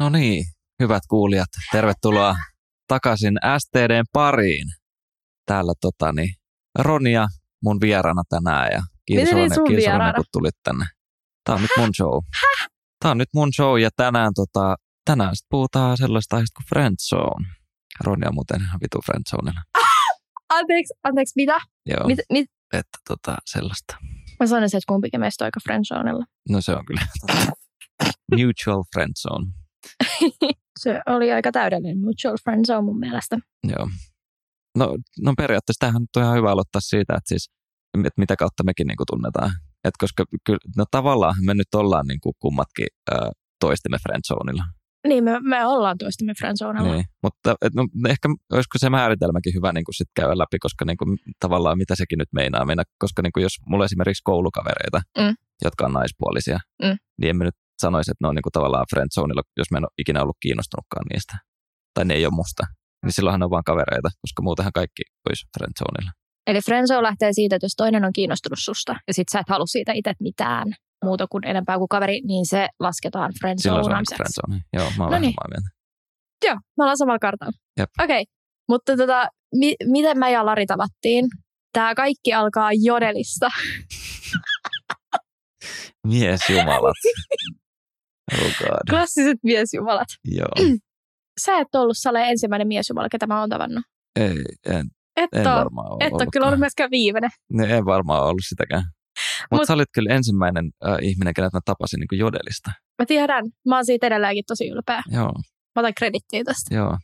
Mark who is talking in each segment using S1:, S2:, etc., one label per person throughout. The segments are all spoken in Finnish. S1: No niin, hyvät kuulijat, tervetuloa takaisin STDn pariin. Täällä tota totani, Ronia mun vieraana tänään ja kiitos
S2: Miten niin
S1: Ronia,
S2: sun
S1: kiitos Ronia,
S2: vieraana?
S1: kun tulit tänne. Tää on nyt mun show. Tää on nyt mun show ja tänään, tota, tänään sit puhutaan sellaista aiheesta kuin friendzone. Ronia muuten ihan vitu friendzoneilla.
S2: Anteeksi, anteeksi, mitä?
S1: Joo,
S2: Mit, mit?
S1: että tota, sellaista.
S2: Mä sanoisin, että kumpikin meistä on aika friendzonella.
S1: No se on kyllä. Mutual friendzone.
S2: Se oli aika täydellinen mutual friendzone mun mielestä.
S1: Joo. No, no periaatteessa tämähän nyt on ihan hyvä aloittaa siitä, että siis, että mitä kautta mekin niin kuin tunnetaan. Et koska kyllä, no tavallaan me nyt ollaan niin kuin kummatkin ö, toistemme friendzoneilla.
S2: Niin, me, me ollaan toistemme friendzonella.
S1: Niin. Mutta et, no, ehkä olisiko se määritelmäkin hyvä niin kuin sit käydä läpi, koska niin kuin, tavallaan mitä sekin nyt meinaa mennä. Koska niin kuin, jos mulla on esimerkiksi koulukavereita,
S2: Mm.
S1: jotka on naispuolisia,
S2: Mm.
S1: niin en mä nyt sanoisi, että ne on niin kuin, tavallaan friendzoneilla, jos mä en ole ikinä ollut kiinnostunutkaan niistä. Tai ne ei ole musta.
S2: Mm.
S1: Niin silloinhan ne on vaan kavereita, koska muutenhan kaikki olisi friendzoneilla.
S2: Eli friendzone lähtee siitä, että jos toinen on kiinnostunut susta ja sit sä et halua siitä itse mitään muuta kuin enempää kuin kaveri, niin se lasketaan
S1: Silloin se on
S2: friendzoneamiseksi.
S1: friendzone. Joo, mä oon
S2: No
S1: vähän
S2: niin.
S1: samaa mieltä.
S2: Joo, me ollaan samalla kartalla.
S1: Jep.
S2: Okei, okay. mutta tota, mi- miten mä ja Lari tavattiin? Tämä kaikki alkaa jodelista.
S1: Mies jumalat. Oh god.
S2: Klassiset miesjumalat. Mm.
S1: Joo.
S2: Sä et ollut Sale ensimmäinen miesjumala, ketä mä oon tavannut.
S1: Ei, en,
S2: Et
S1: en
S2: oo.
S1: varmaan ole
S2: Et ole kyllä ollut myöskään viimeinen.
S1: No ei varmaan ollut sitäkään. Mutta Mut,
S2: Mut-
S1: sä olit kyllä ensimmäinen äh, ihminen, kenet mä tapasin niin jodelista.
S2: Mä tiedän, mä oon siitä edelleenkin tosi ylpeä.
S1: Joo,
S2: Mä otan kredittiä tästä.
S1: joo.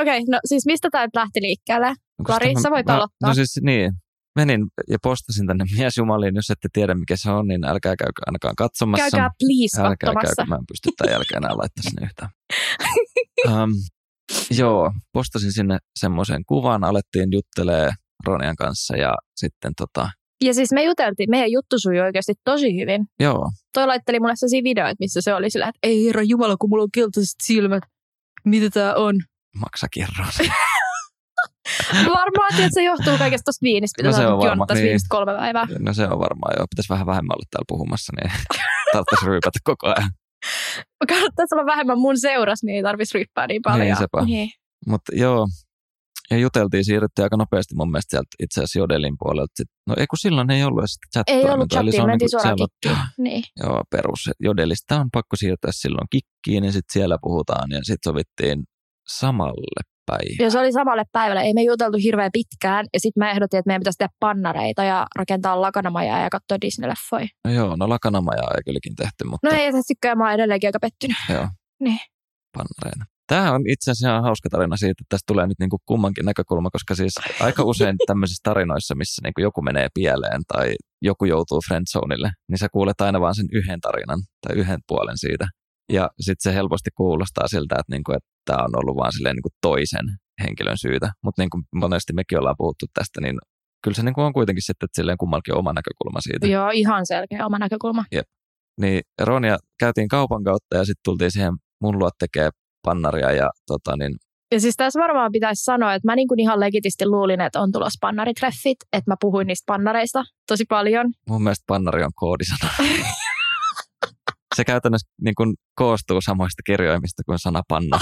S2: Okei, okay, no siis mistä tää nyt lähti liikkeelle?
S1: No,
S2: Lari,
S1: koska
S2: sä voit
S1: mä,
S2: aloittaa.
S1: No siis niin, menin ja postasin tänne miesjumaliin. Jos ette tiedä, mikä se on, niin älkää käykö ainakaan katsomassa.
S2: Käykää please
S1: älkää
S2: katsomassa.
S1: käykö, mä en pysty tämän jälkeen enää laittaa sinne yhtään. um, joo, postasin sinne semmoisen kuvan, alettiin juttelee Ronian kanssa ja sitten tota,
S2: Ja siis me juteltiin, meidän juttu sujui oikeasti tosi hyvin.
S1: joo,
S2: Toi laitteli mulle sellaisia videoita, missä se oli sillä, että ei herra jumala, kun mulla on keltaiset silmät. Mitä tää on?
S1: maksakirros.
S2: Varmaan, että se johtuu kaikesta tosta viinistä, mitä
S1: No
S2: no,
S1: se
S2: sä
S1: on
S2: oot nyt
S1: varma-
S2: juonut tässä
S1: niin.
S2: viimeiset kolme päivää.
S1: No se on varmaan joo. Pitäisi vähän vähemmän olla täällä puhumassa, niin tarvitsisi ryypätä koko ajan.
S2: Kannattaisi olla vähemmän mun seurassa, niin ei tarvitsisi ryppää niin paljon.
S1: Niin, sepä.
S2: Niin.
S1: Mutta joo, ja juteltiin, siirryttiin aika nopeasti mun mielestä sieltä itse asiassa Jodelin puolelta. Sit, no ei kun silloin ei ollut edes sitä
S2: Ei ollut
S1: chat-toimintaa, eli se
S2: chattiin,
S1: on
S2: mentiin
S1: niinku-
S2: suoraan
S1: siellä on-
S2: kikkiin. Niin.
S1: Joo, perus. Jodelista on pakko siirtyä silloin kikkiin ja sitten siellä puhutaan ja sitten sovittiin samalle päin.
S2: Ja se oli samalle päivälle. Ei me juteltu hirveän pitkään. Ja sitten mä ehdotin, että meidän pitäisi tehdä pannareita ja rakentaa lakanamajaa ja katsoa Disney-leffoja.
S1: No joo, no lakanamajaa ei kylläkin tehty, mutta
S2: No ei tässä tykkää, mä oon edelleenkin aika pettynyt.
S1: pannareina. Tämä on itse asiassa ihan hauska tarina siitä, että tästä tulee nyt niinku kummankin näkökulma, koska siis aika usein tämmöisissä tarinoissa, missä niinku joku menee pieleen tai joku joutuu friendzoneille, niin sä kuulet aina vaan sen yhden tarinan tai yhden puolen siitä. Ja sitten se helposti kuulostaa siltä, että niinku, tämä on ollut vaan silleen niinku toisen henkilön syytä. Mutta niin kuin monesti mekin ollaan puhuttu tästä, niin kyllä se niinku on kuitenkin sitten, että silleen kummallakin on oma näkökulma siitä.
S2: Joo, ihan selkeä oma näkökulma.
S1: Niin Ronia käytiin kaupan kautta ja sitten tultiin siihen mun luo tekee pannaria ja tota niin,
S2: Ja siis tässä varmaan pitäisi sanoa, että mä niin kuin ihan legitisti luulin, että on tulossa pannaritreffit. Että mä puhuin niistä pannareista tosi paljon.
S1: Mun mielestä pannari on koodisana. Se käytännössä niin kuin koostuu samoista kirjoimista kuin sana panna.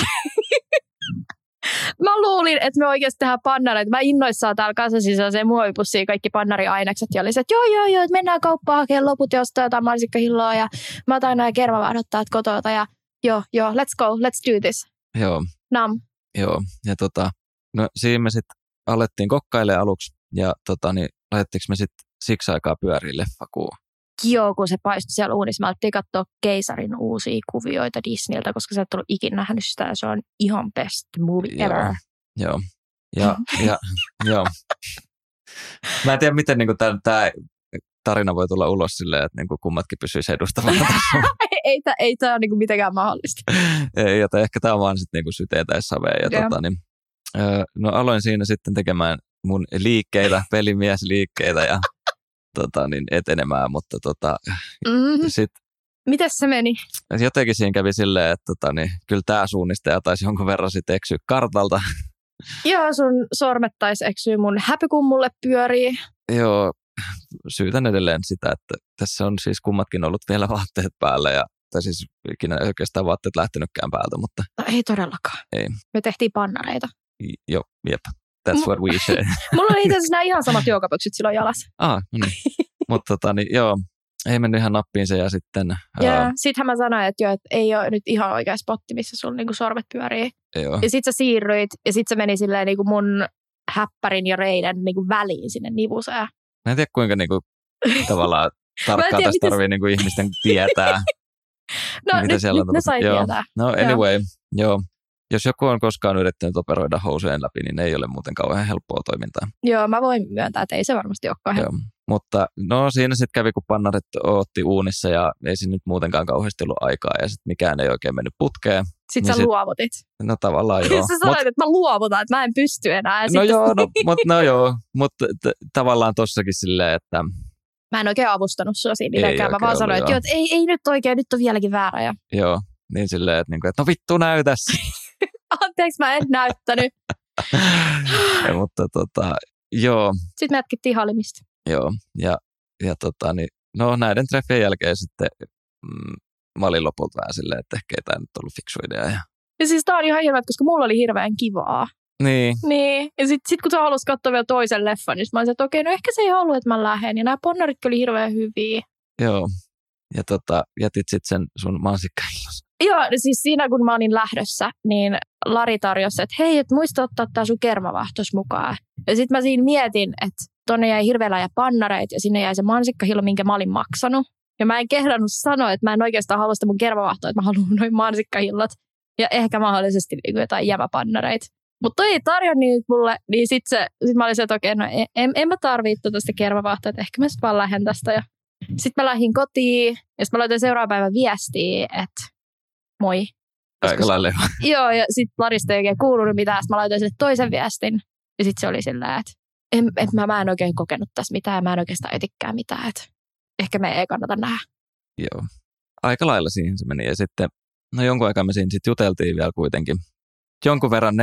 S2: Mä luulin, että me oikeasti tehdään pannareita. Mä innoissaan täällä kasasin sellaiseen muovipussiin kaikki pannariainekset. Ja oli se, että joo, joo, joo, että mennään kauppaan hakemaan loput ja ostaa jotain mansikkahilloa. Ja mä otan nämä kermavahdottajat kotota ja joo, joo, let's go, let's do this.
S1: joo,
S2: Nam.
S1: joo. Ja tota, no siinä me sitten alettiin kokkaille aluksi ja tota, niin laitettiinko me sitten siksi aikaa pyöriin leffakuun.
S2: Joo, kun se paistui siellä uunissa. Mä alettiin katsoa keisarin uusia kuvioita Disneyltä, koska sä et ollut ikinä nähnyt sitä. Ja se on ihan best movie
S1: Joo.
S2: ever.
S1: Joo. Ja, ja, joo. Mä en tiedä, miten niin tämä tarina voi tulla ulos silleen, että niin kummatkin pysyisi edustavana tässä.
S2: ei, tää- ei tämä ole niinku mitenkään mahdollista.
S1: Ei, joten ehkä tämä on vaan sitten niinku syteen tai saveen. Ja
S2: Joo.
S1: tota, niin, öö, no aloin siinä sitten tekemään mun liikkeitä, pelimiesliikkeitä ja tota, niin etenemään, mutta tota,
S2: Mm.
S1: sit,
S2: Mites se meni?
S1: jotenkin siinä kävi silleen, että tota, niin, kyllä tämä suunnistaja taisi jonkun verran sitten eksyä kartalta.
S2: Joo, sun sormet taisi eksyä mun häpykummulle pyörii.
S1: Joo, syytän edelleen sitä, että tässä on siis kummatkin ollut vielä vaatteet päällä ja tai siis ikinä oikeastaan vaatteet lähtenytkään päältä, mutta
S2: No ei todellakaan.
S1: Ei.
S2: Me tehtiin pannareita.
S1: jo, jep, that's what we say.
S2: Mulla oli itse asiassa nämä ihan samat joukapöksyt silloin jalassa.
S1: ah, no niin. mutta tota, niin, joo, ei mennyt ihan nappiin se ja sitten
S2: Ja
S1: ää,
S2: sittenhän mä sanoin, että, jo, että ei ole nyt ihan oikea spotti, missä sulla niinku sormet pyörii.
S1: joo,
S2: Ja sit sä siirryit, ja sit se meni silleen niinku mun häppärin ja reiden niinku väliin sinne nivuseen.
S1: mä en tiedä kuinka niinku, tavallaan tarkkaan
S2: tiedä,
S1: tässä
S2: miten se-
S1: tarvii niinku, ihmisten tietää.
S2: No
S1: Mitä
S2: nyt,
S1: siellä on
S2: nyt ne sai
S1: tapahtunut? Joo.
S2: tietää.
S1: No anyway, joo. jos joku on koskaan yrittänyt operoida housujen läpi, niin ei ole muuten kauhean helppoa toimintaa.
S2: Joo, mä voin myöntää, että ei se varmasti olekaan.
S1: Joo. Mutta no siinä sitten kävi, kun pannarit otti uunissa ja ei siinä nyt muutenkaan kauheasti ollut aikaa ja sitten mikään ei oikein mennyt putkeen.
S2: Sitten
S1: Niin
S2: sä
S1: sit-
S2: luovutit.
S1: No tavallaan joo.
S2: Niin Sä
S1: Mut-
S2: sanoit, että mä luovutan, että mä en pysty enää. Ja
S1: no
S2: sitten-
S1: joo, no, mut, no joo, mutta t- tavallaan tossakin silleen, että
S2: Mä en oikein avustanut sua siinä mitenkään. Mä
S1: oikein
S2: vaan
S1: ollut,
S2: sanoin, että,
S1: joo.
S2: joo, että ei, ei nyt oikein, nyt on vieläkin väärä. Ja
S1: joo, niin silleen, että, niinku, että no vittu näytäs.
S2: anteeksi, mä en näyttänyt.
S1: ja, mutta tota, joo,
S2: Sitten me jatkettiin halimista.
S1: joo. Ja, ja tota, niin, no näiden treffien jälkeen sitten mm, mä olin lopulta vähän silleen, että ehkä ei tämä nyt ollut fiksu idea. Ja,
S2: Ja siis tää on ihan hirveä, koska mulla oli hirveän kivaa.
S1: niin,
S2: Niin. Ja sit, sit kun sä halusit katsoa vielä toisen leffan, niin sit mä olisin, että okei, no ehkä se ei halua, että mä lähden. Ja nämä ponnarit oli hirveän hyviä.
S1: joo. Ja tota, jätit sitten sen sun mansikkaillus.
S2: Joo, no siis siinä kun mä olin lähdössä, niin Lari tarjosi, että hei, et muista ottaa tää sun kermavahtos mukaan. Ja sitten mä siinä mietin, että tonne jäi hirveellä ja pannareet ja sinne jäi se mansikkahillo, minkä mä olin maksanut. Ja mä en kehdannut sanoa, että mä en oikeastaan halua sitä mun kermavahtoa, että mä haluan noin mansikkahillot. Ja ehkä mahdollisesti niinku jotain jämäpannareita. Mutta toi ei tarjonnut nyt mulle, niin sit, se, sit mä olin se, että okei, no en, en, en mä tarvii tuota sitä kermavahtoa, että ehkä mä sit vaan lähden tästä. Ja sitten mä lähdin kotiin ja sitten mä laitoin seuraavan päivän viestiä, että moi.
S1: Aika lailla joo.
S2: Joo, ja sitten Larista ei oikein kuulunut mitään. Sitten mä laitoin sille toisen viestin. Ja sitten se oli sillä, että en, en, mä, mä en oikein kokenut tässä mitään. ja Mä en oikeastaan etikään mitään. Että ehkä me ei kannata nähdä.
S1: joo. Aika lailla siihen se meni. Ja sitten, no jonkun aikaa me siinä sitten juteltiin vielä kuitenkin. Jonkun verran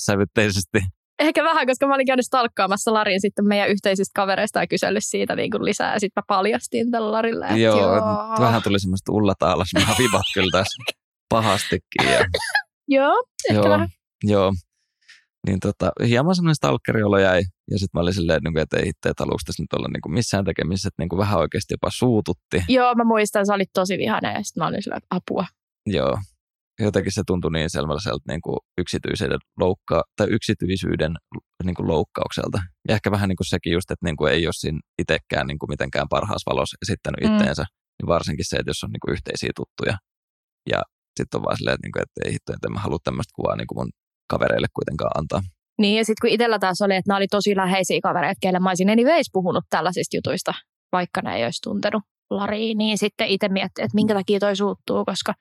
S1: negatiivissävytteisesti.
S2: Ehkä vähän, koska mä olin käynyt stalkkaamassa Larin sitten meidän yhteisistä kavereista ja kysellyt siitä niin kuin lisää. Ja sitten mä paljastin tällä Larille, että
S1: Joo,
S2: joo.
S1: Vähän tuli semmoista ullata alas. Mä vibat kyllä tässä pahastikin. Ja,
S2: Joo, ehkä
S1: joo,
S2: vähän.
S1: joo. Niin tota, hieman semmoinen stalkeri olo jäi. Ja sitten mä olin silleen, niin kuin, että ei itse, että haluuks tässä nyt olla niin kuin missään tekemisessä. Että niin kuin vähän oikeasti jopa suututti.
S2: Joo, mä muistan, sä olit tosi vihane ja sitten mä olin sillä, että apua.
S1: Joo. Jotenkin se tuntui niin sellaiselta niin kuin yksityisyyden loukka- tai yksityisyyden niin kuin loukkaukselta. Ja ehkä vähän niin kuin sekin just, että niin kuin ei ole siinä itsekään niin kuin mitenkään parhaassa valossa esittänyt
S2: Mm.
S1: itteensä. Niin varsinkin se, että jos on niin kuin yhteisiä tuttuja. Ja sitten on vaan silleen, että, niin kuin, että ei hitto, että en mä halua tämmöistä kuvaa niin kuin mun kavereille kuitenkaan antaa.
S2: Niin, ja sitten kun itsellä taas oli, että nämä oli tosi läheisiä kavereita, keille mä olisin anyways puhunut tällaisista jutuista, vaikka ne ei olisi tuntenut Lari, niin sitten itse miettii, että minkä takia toi suuttuu, koska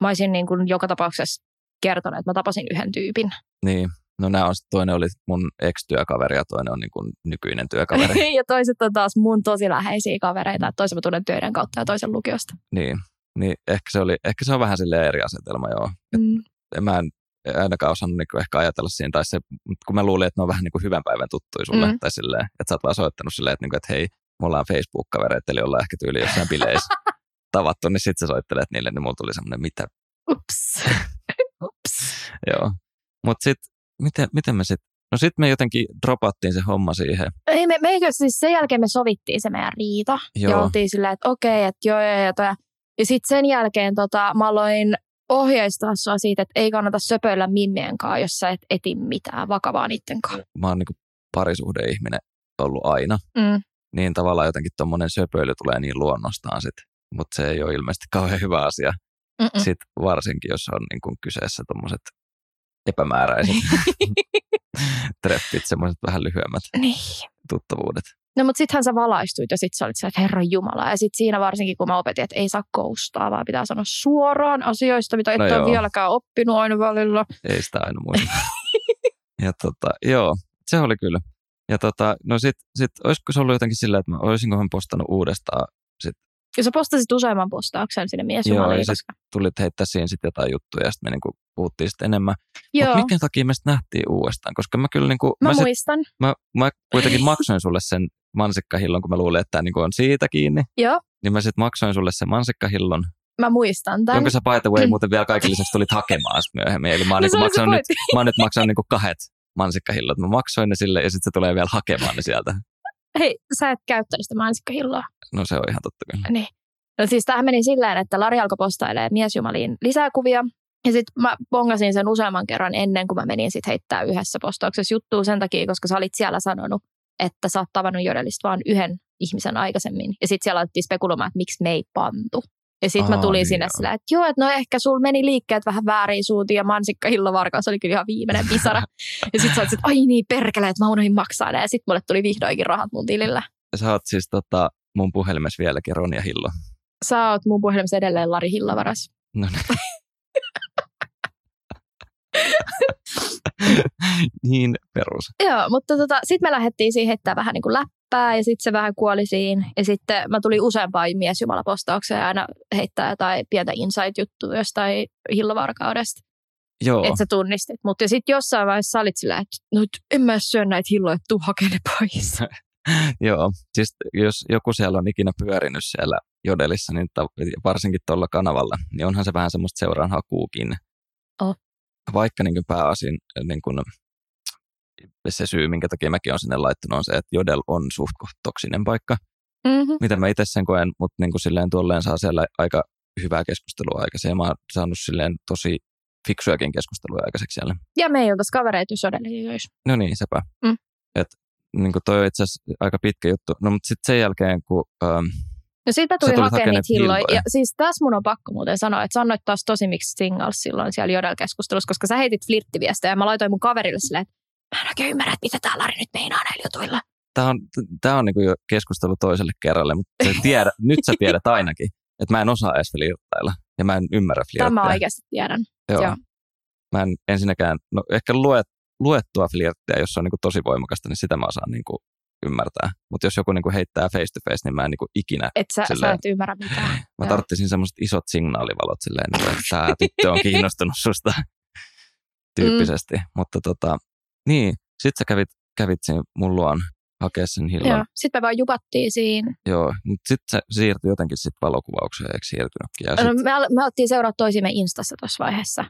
S2: mä olisin niin kuin joka tapauksessa kertonut, että mä tapasin yhden tyypin.
S1: Niin. No nämä on, sit- toinen oli mun ex-työkaveri ja toinen on niin kuin nykyinen työkaveri.
S2: ja toiset on taas mun tosi läheisiä kavereita, että toisen mä tunnen töiden kautta ja toisen lukiosta.
S1: niin. Niin ehkä se, oli, ehkä se on vähän silleen eri asetelma, joo.
S2: Mm.
S1: en mä en ainakaan osannut niinku ehkä ajatella siinä, tai se, mut kun mä luulin, että ne on vähän niin kuin hyvän päivän tuttuja sulle,
S2: Mm.
S1: mm. tai silleen, että sä oot vaan soittanut silleen, että, niinku, että hei, me ollaan Facebook-kavereita, eli ollaan ehkä tyyli jossain bileissä tavattu, niin sit sä soittelet niille, niin mulla tuli semmoinen, mitä,
S2: Ups. Ups.
S1: joo. Mutta sit, miten, miten me sit, no sit me jotenkin dropattiin se homma siihen,
S2: Ei, me, meikö siis sen jälkeen me sovittiin se meidän riita. Joo. Ja
S1: joo,
S2: oltiin silleen, että okei, että joo, joo, joo. Ja, ja sitten sen jälkeen tota, mä aloin ohjeistaa sua siitä, että ei kannata söpöillä mimmien kanssa, jos sä et eti mitään vakavaa niiden kanssa.
S1: mä oon niinku parisuhdeihminen ollut aina,
S2: Mm.
S1: niin tavallaan jotenkin tommonen söpöily tulee niin luonnostaan sit, mutta se ei ole ilmeisesti kauhean hyvä asia.
S2: Mm-mm.
S1: sit varsinkin, jos on niin kuin kyseessä tuommoiset epämääräiset treffit, semmoiset vähän lyhyemmät
S2: Niin.
S1: tuttavuudet.
S2: No mutta sittenhän sä valaistuit ja sit sä olit se, että herra jumala. Ja sit siinä varsinkin, kun mä opetin, että ei saa koustaa, vaan pitää sanoa suoraan asioista, mitä et
S1: No
S2: no ole
S1: joo.
S2: vieläkään oppinut aina välillä.
S1: Ei sitä aina muista. ja tota, joo, se oli kyllä. Ja tota, no sit, sit olisiko se ollut jotenkin sillä, että mä olisinkohan postannut uudestaan,
S2: Ja sä postasit useamman postauksen sinne mies
S1: Joo,
S2: Jumaliin,
S1: ja sit-
S2: koska-
S1: tulit heittää siihen sitten jotain juttuja ja sitten me niinku puhuttiin sitten enemmän.
S2: Joo,
S1: Mutta minkä takia me sit nähtiin uudestaan? Koska mä kyllä niinku,
S2: mä,
S1: mä, sit,
S2: muistan.
S1: mä, mä kuitenkin maksoin sulle sen mansikkahillon, kun mä luulin, että tämä niinku on siitä kiinni.
S2: Joo.
S1: Niin mä sitten maksoin sulle sen mansikkahillon
S2: mä muistan tämän.
S1: Jonka sä by the way muuten vielä kaiken lisäksi tulit hakemaan sit myöhemmin. Eli mä oon,
S2: Mm. No
S1: no,
S2: se
S1: niinku
S2: oli se
S1: maksanut nyt,
S2: pointti.
S1: mä oon nyt maksanut niinku kahdet mansikkahillot. Mä maksoin ne sille ja sitten se tulee vielä hakemaan ne sieltä.
S2: Hei, sä et käyttänyt sitä mansikkahilloa.
S1: No se on ihan totta kyllä.
S2: Niin. No siis tämähän meni silleen, että Lari alkoi postailee miesjumaliin lisää kuvia. Ja sitten mä bongasin sen useamman kerran ennen kuin mä menin sit heittää yhdessä postauksessa juttua sen takia, koska sä olit siellä sanonut, että sä oot tavannut jodelista vaan yhden ihmisen aikaisemmin. Ja sitten siellä alettiin spekuloimaan, että miksi me ei pantu. Ja sitten mä
S1: Aa,
S2: tulin
S1: niin
S2: sinne
S1: joo.
S2: sillä, että joo, että no ehkä sul meni liikkeet vähän väärin suutiin ja mansikka hillovarkaus oli kyllä ihan viimeinen pisara. ja sitten sä oot sit, ai niin perkele, että mä unohdin maksaa ne. Ja sitten mulle tuli vihdoinkin rahat mun tilillä.
S1: Sä oot siis tota, mun puhelimessa vieläkin Ronja Hillo.
S2: Sä oot mun puhelimessa edelleen Lari Hillavaras.
S1: No niin. niin perus.
S2: Joo, mutta tota, sitten me lähdettiin siihen heittää vähän niin kuin läppää ja sitten se vähän kuoli siinä. Ja sitten mä tulin useampaan miesjumalapostaukseen aina heittää jotain pientä insight-juttua jostain hillovarkaudesta,
S1: Joo,
S2: että sä tunnistit. Mutta sitten jossain vaiheessa sä olit sillä, että no nyt en mä syö näitä hilloja, että tuu hakee ne pois.
S1: joo. Siis jos joku siellä on ikinä pyörinyt siellä jodelissa, niin ta- varsinkin tuolla kanavalla, niin onhan se vähän semmoista seuraanhakuukin.
S2: On.
S1: Vaikka niin pääasin niin kuin, se syy, minkä takia mäkin olen sinne laittanut, on se, että jodel on suht koht toksinen paikka.
S2: Mm-hmm.
S1: mitä mä itse sen koen, mutta niin kuin silleen tuolleen saa siellä aika hyvää keskustelua aikaisemmin. Mä oon saanut silleen tosi fiksuakin keskustelua aikaiseksi siellä.
S2: Ja me ei oltaisi kavereita, jos odelleen jois.
S1: No niin, sepä.
S2: Mm.
S1: Et, niin kuin toi on itse asiassa aika pitkä juttu. No mutta sitten sen jälkeen, kun ähm,
S2: No sit mä tulin
S1: tulit
S2: hakemaan
S1: hakemaan
S2: niitä
S1: niitä
S2: hilloja.
S1: hilloja.
S2: Ja siis tässä mun on pakko muuten sanoa, että sanoit taas tosi miksi singles silloin siellä Jodel-keskustelussa, koska sä heitit flirttiviestejä ja mä laitoin mun kaverille silleen, että mä en oikein ymmärrä, että mitä tää Lari nyt meinaa näillä jutuilla.
S1: tämä on, tää on niin kuin jo keskustelu toiselle kerralle, mutta sä tiedä, nyt sä tiedät ainakin, että mä en osaa edes flirttailla ja mä en ymmärrä
S2: Tämä mä
S1: flirttejä.
S2: oikeasti tiedän.
S1: Joo.
S2: joo.
S1: Mä en ensinnäkään, no ehkä luet, luettua flirttiä, jos se on niin kuin tosi voimakasta, niin sitä mä osaan niin kuin ymmärtää. Mutta jos joku niin kuin heittää face to face, niin mä en niin kuin ikinä
S2: Et sä, sä
S1: Silleen-
S2: et ymmärrä mitään.
S1: Mä
S2: Joo.
S1: tarttisin semmoiset isot signaalivalot silleen, niin kuin, että tämä tyttö on kiinnostunut susta tyyppisesti. Mm. Mutta tota, niin, sit sä kävit, kävit siinä mun luon hakea sen hillon.
S2: Joo.
S1: Joo.
S2: Sitten me vaan jupattiin siinä.
S1: Joo. Mut sit sä siirtyi jotenkin sit valokuvaukseen, eikö siirtynytkin? Ja sit,
S2: No, me, al- me alettiin seuraa toisimme Instassa tuossa vaiheessa.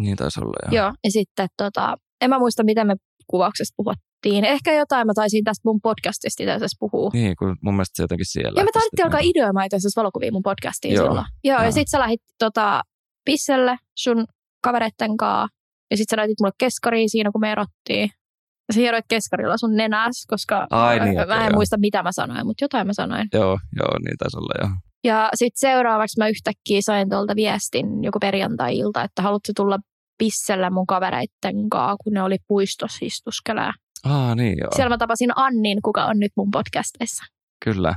S1: niin taisi olla, joo.
S2: Joo. Joo. Ja sitten tota, en mä muista, mitä me kuvauksesta puhuttiin. Ehkä jotain mä taisin tästä mun podcastista itse asiassa puhua.
S1: Niin, kun mun mielestä se jotenkin siellä.
S2: Ja me tarvittiin alkaa ideoimaan itse asiassa valokuvia mun podcastiin Joo.
S1: Joo.
S2: silloin. Joo, ja
S1: Joo.
S2: sit sä lähit tota, pisselle sun kavereitten kaa. Ja sit sä näytit mulle keskaria siinä, kun me erottiin. Ja sä hieroit keskarilla sun nenäs, koska
S1: Ai niin,
S2: mä
S1: okei,
S2: en
S1: joo.
S2: muista, mitä mä sanoin, mutta jotain mä sanoin.
S1: Joo, joo, niin taisi olla, joo.
S2: Ja sitten seuraavaksi mä yhtäkkiä sain tuolta viestin joku perjantai-ilta, että haluatko tulla pissellä mun kavereitten kaa, kun ne oli puistossa istuskelää.
S1: Aa, niin joo,
S2: Siellä mä tapasin Annin, kuka on nyt mun podcasteissa.
S1: kyllä.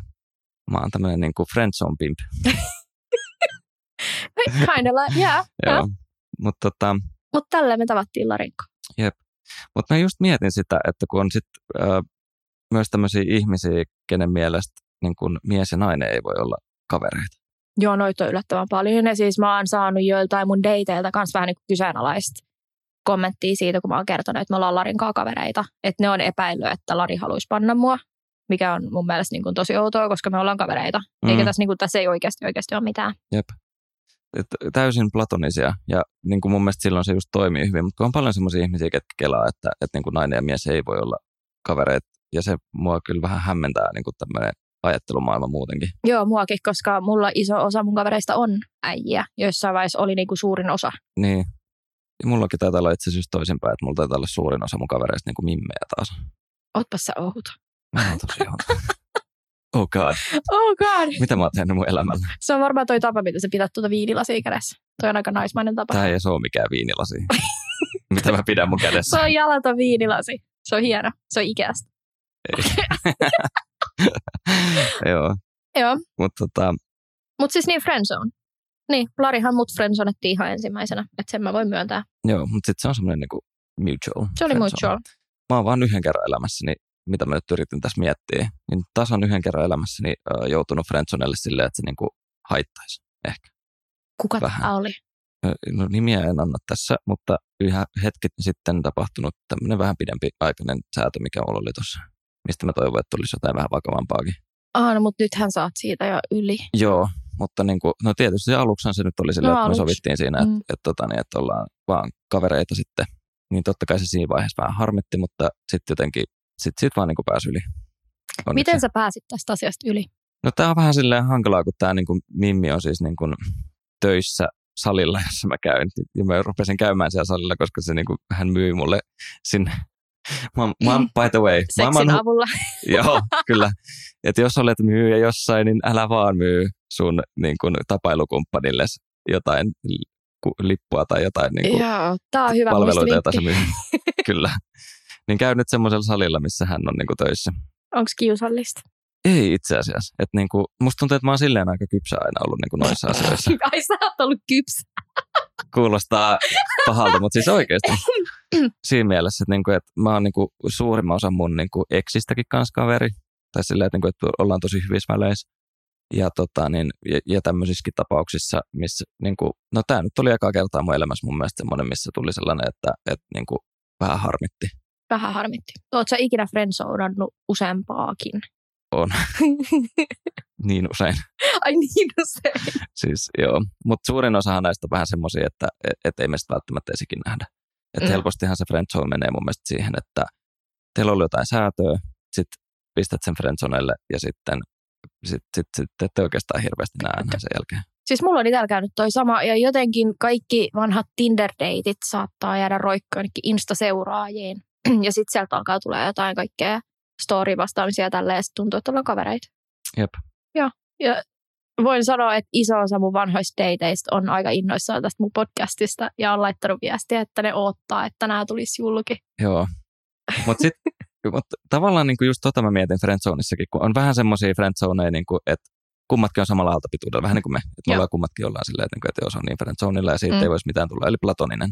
S1: Mä oon tämmönen niinku friendzone pimp.
S2: Kinda like, yeah.
S1: Joo. Mutta tota,
S2: Mutta tällä me tavattiin Larin kanssa.
S1: Mutta mä just mietin sitä, että kun on sit, äh, myös tämmöisiä ihmisiä, kenen mielestä niin kun mies ja nainen ei voi olla kavereita.
S2: Joo, noita on yllättävän paljon. Ja siis mä oon saanut joiltain mun dateilta kans vähän niin kyseenalaista kommenttia siitä, kun mä oon kertonut, että me ollaan Larin kanssa kavereita. Että ne on epäillyt, että Lari haluaisi panna mua, mikä on mun mielestä niin kuin tosi outoa, koska me ollaan kavereita. Mm. Eikä tässä, niin kuin, tässä ei oikeasti, oikeasti ole mitään.
S1: Et täysin platonisia ja niin kun mun mielestä silloin se just toimii hyvin, mutta on paljon semmoisia ihmisiä, ketkä kelaa, että, että niin kun nainen ja mies ei voi olla kavereita ja se mua kyllä vähän hämmentää niin tämmöinen ajattelumaailma muutenkin.
S2: Joo, muakin, koska mulla iso osa mun kavereista on äijiä. Joissain vaiheessa oli niin kuin suurin osa.
S1: Niin. Ja mullakin taitaa olla itse asiassa toisinpäin, että mulla taitaa olla suurin osa mun kavereista niin kuin mimmejä taas.
S2: Ootpas sä outo.
S1: Mä oon tosi outo. Oh god,
S2: Oh god.
S1: mitä mä oon tehnyt mun elämällä?
S2: Se on varmaan toi tapa, mitä sä pitää tuota viinilasia kädessä. Toi on aika naismainen tapa.
S1: Tämä ei edes ole mikään viinilasi, mitä mä pidän mun kädessä.
S2: Se on jalaton viinilasi. Se on hieno. Se on ikästä.
S1: Joo.
S2: Joo.
S1: Mutta tota,
S2: Mutta siis niin friendzone. Niin, Larihan mut friendzonettiin ihan ensimmäisenä. Että sen mä voin myöntää.
S1: joo, mutta sitten se on semmoinen niinku mutual.
S2: Se oli
S1: friendzone.
S2: mutual.
S1: Mä oon vaan yhden kerran elämässäni, mitä mä nyt yritin tässä miettiä, niin tasan yhden kerran elämässäni ö, joutunut friendzonelle silleen, että se niinku haittaisi.
S2: Kuka
S1: Vähän.
S2: tämä oli?
S1: Ö, No nimiä en anna tässä, mutta yhä hetki sitten tapahtunut tämmöinen vähän pidempi aikainen säätö, mikä mulla oli tuossa. Mistä mä toivon, että tulisi jotain vähän vakavampaakin.
S2: Ah, no mut nythän saat siitä jo yli.
S1: Joo, mutta niin kuin, no tietysti aluksihan se nyt oli silleen,
S2: No
S1: että me
S2: aluksi.
S1: sovittiin siinä, että,
S2: Mm.
S1: mm. että, tota, niin, että ollaan vaan kavereita sitten. Niin totta kai se siinä vaiheessa vähän harmitti, mutta sitten jotenkin, sitten sit vaan niin kuin pääsi yli. Onneksi.
S2: Miten sä pääsit tästä asiasta yli?
S1: No tämä on vähän silleen hankalaa, kun tämä niinku Mimmi on siis niinku töissä salilla, jossa mä käyn. Ja mä rupesin käymään siellä salilla, koska se niinku, hän myi mulle sinne. Mä, mä, by the way,
S2: Seksin
S1: maailman,
S2: avulla.
S1: Joo, kyllä. Että jos olet myyjä jossain, niin älä vaan myy sun niin kuin, tapailukumppanille jotain li- ku- lippua tai jotain niin kuin,
S2: Joo, tää on hyvä
S1: palveluita, joita se
S2: muistivinkki.
S1: myy. kyllä. Niin käy nyt semmoisella salilla, missä hän on niin kuin, töissä.
S2: Onko kiusallista?
S1: Ei itse asiassa. Et, niin kuin, musta tuntuu, että mä oon silleen aika kypsä aina ollut niin kuin, noissa asioissa.
S2: Ai sä oot ollut kypsä.
S1: Kuulostaa pahalta, mutta siis oikeasti. Siinä mielessä, että, niin kuin, että mä oon niin kuin, suurimman osan mun niin kuin, eksistäkin kanssa kaveri. Tai sillä, että, niin kuin, että ollaan tosi hyvissä väleissä. Ja, tota, niin, ja, ja tämmöisissäkin tapauksissa, missä, niin kuin, no tämä nyt oli ekaa kertaa mun elämässä mun mielestä semmoinen, missä tuli sellainen, että, että niin kuin, vähän harmitti.
S2: Vähän harmitti. Oot sä ikinä friendzoneannut useampaakin?
S1: On. Niin usein.
S2: Ai niin usein.
S1: Siis, joo. Mutta suurin osahan näistä on vähän semmoisia, että et, et ei meistä välttämättä esikin nähdä. Et
S2: Mm.
S1: mm. helpostihan se friendzone menee mun mielestä siihen, että teillä oli jotain säätöä, sit pistät sen friendzonelle ja sitten sit, sit, sit, ette oikeastaan hirveästi näe enää sen jälkeen.
S2: Siis mulla on itsellä käynyt toi sama, ja jotenkin kaikki vanhat Tinder-deitit saattaa jäädä roikkoon jonnekin Insta-seuraajiin. Ja sitten sieltä alkaa tulla jotain kaikkea story-vastaamisia ja tälleen, ja sit tuntuu, että ollaan kavereita.
S1: Jep.
S2: Joo, ja voin sanoa, että iso osa mun vanhoista dateista on aika innoissaan tästä mun podcastista, ja on laittanut viestiä, että ne odottaa, että nämä tulisi julki.
S1: Joo. Mutta sitten mut tavallaan niinku just tota mä mietin friendzoneissakin, kun on vähän semmoisia friendzoneja, niinku, että kummatkin on samalla aaltopituudella, vähän niin kuin me. Et me
S2: Joo.
S1: ollaan kummatkin ollaan silleen, että, niinku, että jos on niin friendzoneilla ja siitä
S2: Mm.
S1: mm. ei voisi mitään tulla, eli platoninen.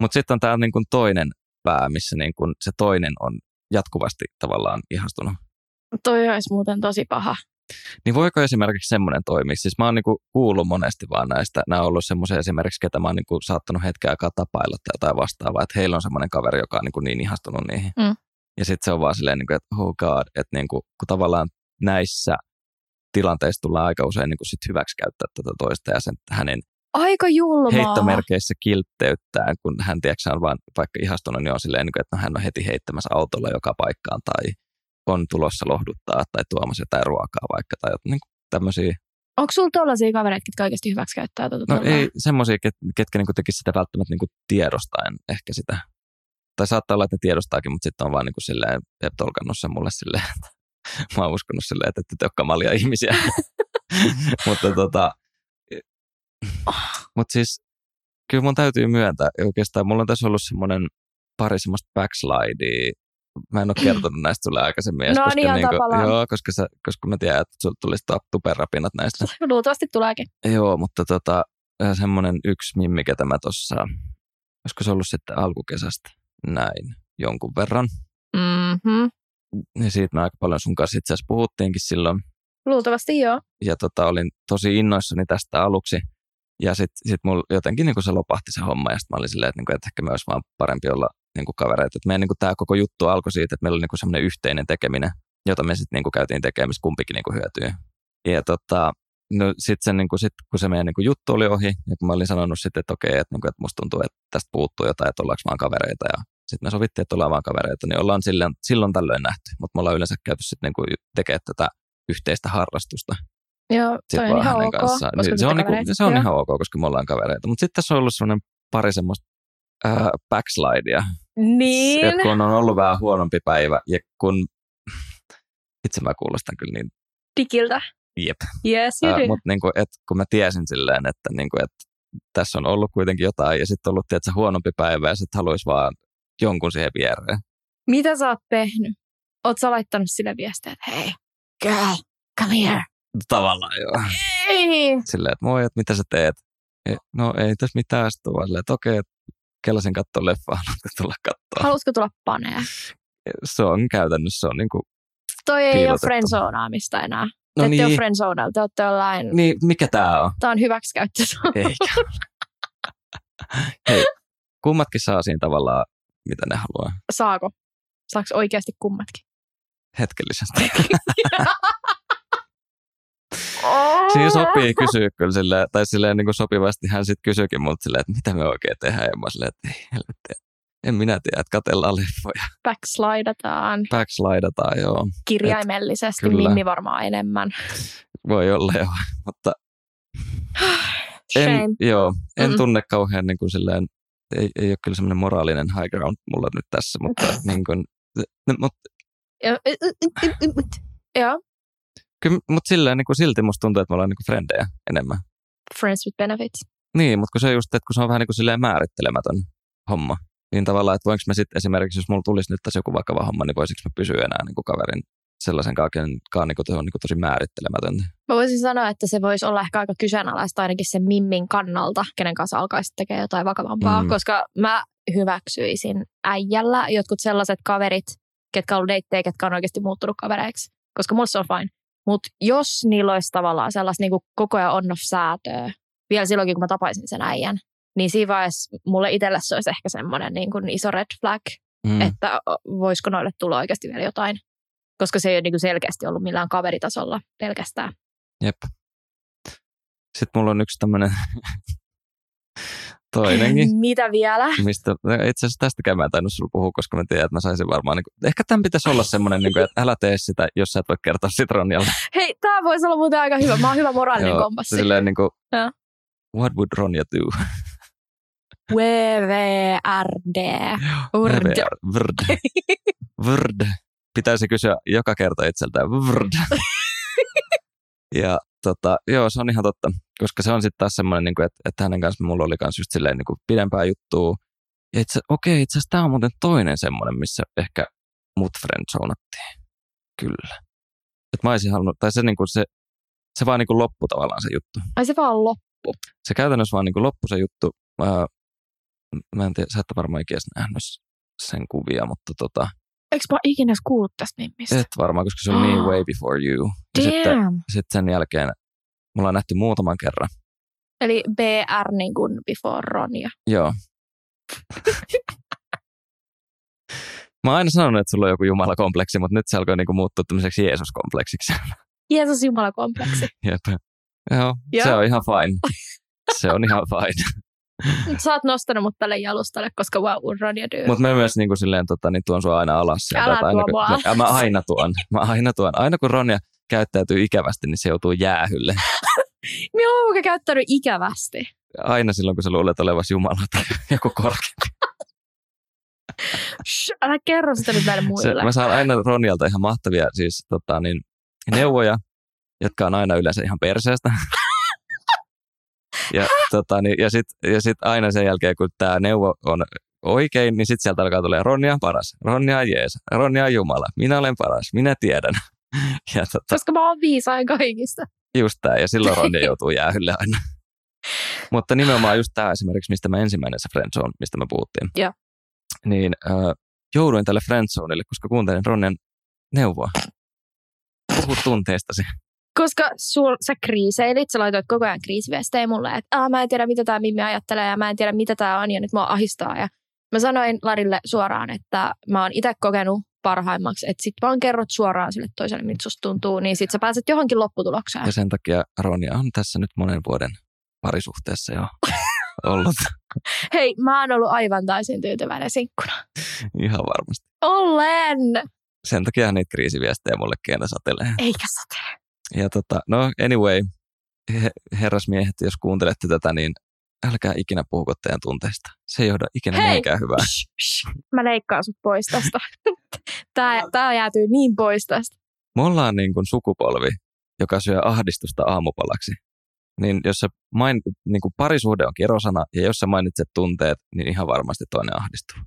S1: Mutta sitten on tämä niinku toinen pää, missä niinku se toinen on jatkuvasti tavallaan ihastunut.
S2: Toi olisi muuten tosi paha.
S1: Niin voiko esimerkiksi semmoinen toimia? Siis mä oon niinku kuullut monesti vaan näistä. Nämä on ollut semmoisia esimerkiksi, ketä mä oon niinku saattanut hetken aikaa tapailla tai jotain vastaavaa. Että heillä on semmoinen kaveri, joka on niinku niin ihastunut niihin.
S2: Mm.
S1: Ja sitten se on vaan silleen, niinku, että oh god, että niinku, kun tavallaan näissä tilanteissa tullaan aika usein niinku sit hyväksikäyttää tätä toista ja sen hänen
S2: Aika julmaa.
S1: heittomerkeissä kiltteyttään, kun hän tiedätkö, on vaan vaikka ihastunut, niin on silleen, niin kuin, että no, hän on heti heittämässä autolla joka paikkaan tai on tulossa lohduttaa tai tuomassa jotain ruokaa vaikka tai jotain niin tämmöisiä.
S2: Onko sulla tollaisia kavereita, jotka oikeasti hyväksikäyttää tätä?
S1: No
S2: tollaan?
S1: ei semmoisia, ket, ketkä niin tekisivät sitä välttämättä niin tiedostaen ehkä sitä. Tai saattaa olla, että ne tiedostaakin, mutta sitten on vaan niin kuin silleen ja tolkannut sen mulle silleen, että mä oon uskonut silleen, että te olette kamalia ihmisiä. mutta tota, mutta siis kyllä mun täytyy myöntää, oikeastaan mulla on tässä ollut semmoinen pari semmoista backslidea. Mä en ole kertonut näistä sulle aikaisemmin. edes,
S2: No niin, antaa
S1: niinku-
S2: palaa.
S1: joo, koska, sä, koska mä tiedän, että sulle tulisi tuo tuperrapinat näistä.
S2: Luultavasti tuleekin.
S1: Joo, mutta tota, äh, semmoinen yksi mimmi, ketä mä tossa, olisiko se ollut sitten alkukesästä näin jonkun verran,
S2: Mm-hmm.
S1: niin siitä me aika paljon sun kanssa itse asiassa puhuttiinkin silloin,
S2: Luultavasti joo.
S1: ja tota, olin tosi innoissani tästä aluksi, ja sitten sit mulla jotenkin niin se lopahti se homma, ja sitten mä olin silleen, että, niin että ehkä me olisi vaan parempi olla niin kavereita. Et meidän niin tämä koko juttu alkoi siitä, että meillä oli niin semmoinen yhteinen tekeminen, jota me sitten niin käytiin tekemään, missä kumpikin niin hyötyy. Ja tota, no sitten niin sit, kun se meidän niin juttu oli ohi, ja kun mä olin sanonut sitten, että okei, että, niin kuin, että musta tuntuu, että tästä puuttuu jotain, että ollaanko vaan kavereita, ja sitten me sovittiin, että ollaan vaan kavereita, niin ollaan silloin, silloin tällöin nähty, mutta me ollaan yleensä käyty sitten niin tekemään tätä yhteistä harrastusta
S2: Joo,
S1: sit
S2: toi on
S1: vaan
S2: ihan
S1: hänen
S2: ok.
S1: kanssaan.
S2: koska
S1: Niin, se,
S2: niitä
S1: on niinku,
S2: kavereita-
S1: se on
S2: joo.
S1: ihan ok, koska me ollaan kavereita. Mutta sitten tässä on ollut semmoinen pari semmoista äh, backslidea.
S2: Niin.
S1: Et kun on ollut vähän huonompi päivä ja kun... Itse mä kuulostan kyllä niin,
S2: Digiltä.
S1: jep.
S2: Yes, you
S1: Äh,
S2: do.
S1: mutta niinku, et, kun mä tiesin silleen, että, niinku, et, tässä on ollut kuitenkin jotain ja sitten ollut tiedätkö, huonompi päivä ja sitten haluaisi vaan jonkun siihen viereen.
S2: Mitä sä oot tehnyt? Oot sä laittanut sille viestiä, että hei, girl, come here.
S1: Tavallaan joo.
S2: Ei.
S1: Silleen, että moi, että mitä sä teet? E, no ei tässä mitään. Sitten vaan silleen, että okei, että kelasin katsoa leffaa, haluatko tulla katsoa?
S2: Haluatko tulla paneen?
S1: se on käytännössä se on niin kuin,
S2: Toi ei ole
S1: Piilotettu.
S2: friendzonaamista enää. No te niin. ette ole friendzonailla, te olette jollain.
S1: niin, mikä tämä on?
S2: Tää on hyväksikäyttö.
S1: Eikä. Hei, kummatkin saa siinä tavallaan, mitä ne haluaa
S2: Saako? Saaks oikeasti kummatkin?
S1: hetkellisesti. Siinä sopii kysyä kyllä sille, tai silleen niin kuin sopivasti hän sitten kysyykin mut silleen, että mitä me oikein tehdään. Ja mä oon silleen, että ei helvetti, en minä tiedä, että katellaan leffoja.
S2: Backslidataan
S1: Backslaidataan, joo.
S2: kirjaimellisesti,
S1: Et, kyllä.
S2: Mimmi varmaan enemmän.
S1: Voi olla joo, mutta en,
S2: Shame.
S1: joo, en
S2: Mm.
S1: tunne kauhean niin kuin silleen, ei, ei ole kyllä semmoinen moraalinen high ground mulla nyt tässä, mutta niin kuin, no, mut,
S2: Ja- Joo,
S1: kyllä, mut silleen, niin kuin silti musta tuntuu, että me ollaan niin kuin frendejä enemmän.
S2: Friends with Benefits.
S1: Niin, mutta kun se on just, että kun se on vähän niin kuin silleen määrittelemätön homma, niin tavallaan, että voinko mä sitten esimerkiksi, jos mulla tulisi nyt tässä joku vakava homma, niin voisiko mä pysyä enää niin kuin kaverin sellaisen kanssa, niin kuin, se on niin kuin tosi määrittelemätöntä.
S2: Mä voisin sanoa, että se voisi olla ehkä aika kyseenalaista ainakin sen Mimmin kannalta, kenen kanssa alkaisi tekemään jotain vakavampaa,
S1: Mm.
S2: mm. koska mä hyväksyisin äijällä jotkut sellaiset kaverit, ketkä on ollut deittejä, ketkä on oikeasti muuttunut kavereiksi, koska mulle se on fine. Mutta jos niillä olisi tavallaan sellaista niin koko ajan on-off-säätöä, vielä silloinkin kun mä tapaisin sen äijän, niin siinä vaiheessa mulle itselle se olisi ehkä semmoinen niin kuin iso red flag,
S1: Mm.
S2: mm. että voisiko noille tulla oikeasti vielä jotain. Koska se ei ole niin selkeästi ollut millään kaveritasolla pelkästään.
S1: Jep. Sitten mulla on yksi tämmöinen toinenkin,
S2: Mitä vielä?
S1: mistä no itse asiassa tästäkään mä en tainnut sulla puhua, koska mä tiedän, että mä saisin varmaan, niin kuin, ehkä tämän pitäisi olla semmoinen, niin kuin, että älä tee sitä, jos sä et voi kertoa sit Ronjalle.
S2: Hei, tämä voisi olla muuten aika hyvä. Mä oon hyvä moraalinen
S1: Joo,
S2: kompassi.
S1: Silleen niin kuin,
S2: Joo.
S1: what would Ronja do?
S2: VVRD. Urd.
S1: VVR, Vrd. Vrd. Pitäisi kysyä joka kerta itseltään. Vrd. Ja tota, joo, se on ihan totta. Koska se on sitten taas semmoinen, niin että, että hänen kanssa mulla oli kans just silleen niin kuin pidempää juttua. Ja itse, okei, itse asiassa tämä on muuten toinen semmoinen, missä ehkä mut friendzonattiin. Kyllä. Et mä olisin halunnut, tai se, niin kuin se, se vaan niin kuin loppu tavallaan se juttu
S2: Ai se vaan loppu.
S1: se käytännössä vaan niin loppu se juttu. Mä, mä en tiedä, sä et ole varmaan ikinä nähnyt s- sen kuvia, mutta tota,
S2: Eikö mä ikinä edes kuullut tästä nimmistä?
S1: et varmaan, koska se oli niin
S2: Ah.
S1: way before you. Ja sitten,
S2: Damn.
S1: sitten sen jälkeen me ollaan nähty muutaman kerran.
S2: Eli BR niin kuin before Ronja.
S1: Joo. Mä oon aina sanonut, että sulla on joku jumalakompleksi, mutta nyt se alkoi niinku muuttua tämmöiseksi Jeesuskompleksiksi.
S2: Jeesus Jumala kompleksi.
S1: Jep. Joo,
S2: Joo.
S1: se on ihan fine. Se on ihan fine.
S2: Nyt sä oot nostanut mut tälle jalustalle, koska wow, Ronja dyy.
S1: Mutta mä myös niin kuin silleen, tota, niin tuon sua aina alas. sieltä,
S2: Älä
S1: että aina,
S2: tuo mua
S1: kun, mä, mä, aina tuon. Mä aina tuon. Aina kun Ronja käyttäytyy ikävästi, niin se joutuu jäähylle.
S2: Joo, mä käyttänyt ikävästi.
S1: Aina silloin, kun sä luulet olevasi Jumala tai joku korkea.
S2: Shh, älä kerro sitä nyt näille
S1: Se,
S2: muille.
S1: mä saan aina Ronjalta ihan mahtavia siis, tota, niin, neuvoja, jotka on aina yleensä ihan perseestä. Ja, tota, niin, ja sitten ja sit aina sen jälkeen, kun tämä neuvo on oikein, niin sitten sieltä alkaa tulee Ronja on paras, Ronja on jees, Ronja on Jumala, minä olen paras, minä tiedän. Ja tota,
S2: Koska mä oon viisain kaikista.
S1: Just tämä, ja silloin Ronja joutuu jäähylle aina. Mutta nimenomaan just tämä esimerkiksi, mistä mä ensimmäisessä Friendzone, mistä me puhuttiin.
S2: Joo.
S1: Niin äh, jouduin tälle Friendzoneille, koska kuuntelin Ronjan neuvoa. Puhu tunteistasi.
S2: koska sul, sä kriiseilit, sä laitoit koko ajan kriisiviestejä mulle, että Aa, mä en tiedä mitä tämä Mimmi ajattelee ja mä en tiedä mitä tämä on ja nyt mua ahistaa. Ja mä sanoin Larille suoraan, että mä oon itse kokenut parhaimmaksi, että sit vaan kerrot suoraan sille toiselle, mitä susta tuntuu, niin sit sä pääset johonkin lopputulokseen.
S1: Ja sen takia Ronja on tässä nyt monen vuoden parisuhteessa jo ollut
S2: Hei, mä oon ollut aivan täysin tyytyväinen sinkkuna.
S1: ihan varmasti.
S2: Olen!
S1: Sen takia niitä kriisiviestejä mullekin aina satelee.
S2: Eikä satele.
S1: Ja tota, no anyway, he, herrasmiehet, jos kuuntelette tätä, niin älkää ikinä puhuko teidän tunteista. Se ei johda ikinä
S2: Hei!
S1: mihinkään hyvää.
S2: Psh, psh. Mä leikkaan sut pois tästä. Tää, tää jäätyy niin pois tästä.
S1: Me ollaan niin kuin sukupolvi, joka syö ahdistusta aamupalaksi. Niin jos sä main, niin kuin parisuhde on kirosana ja jos sä mainitset tunteet, niin ihan varmasti toinen ahdistuu.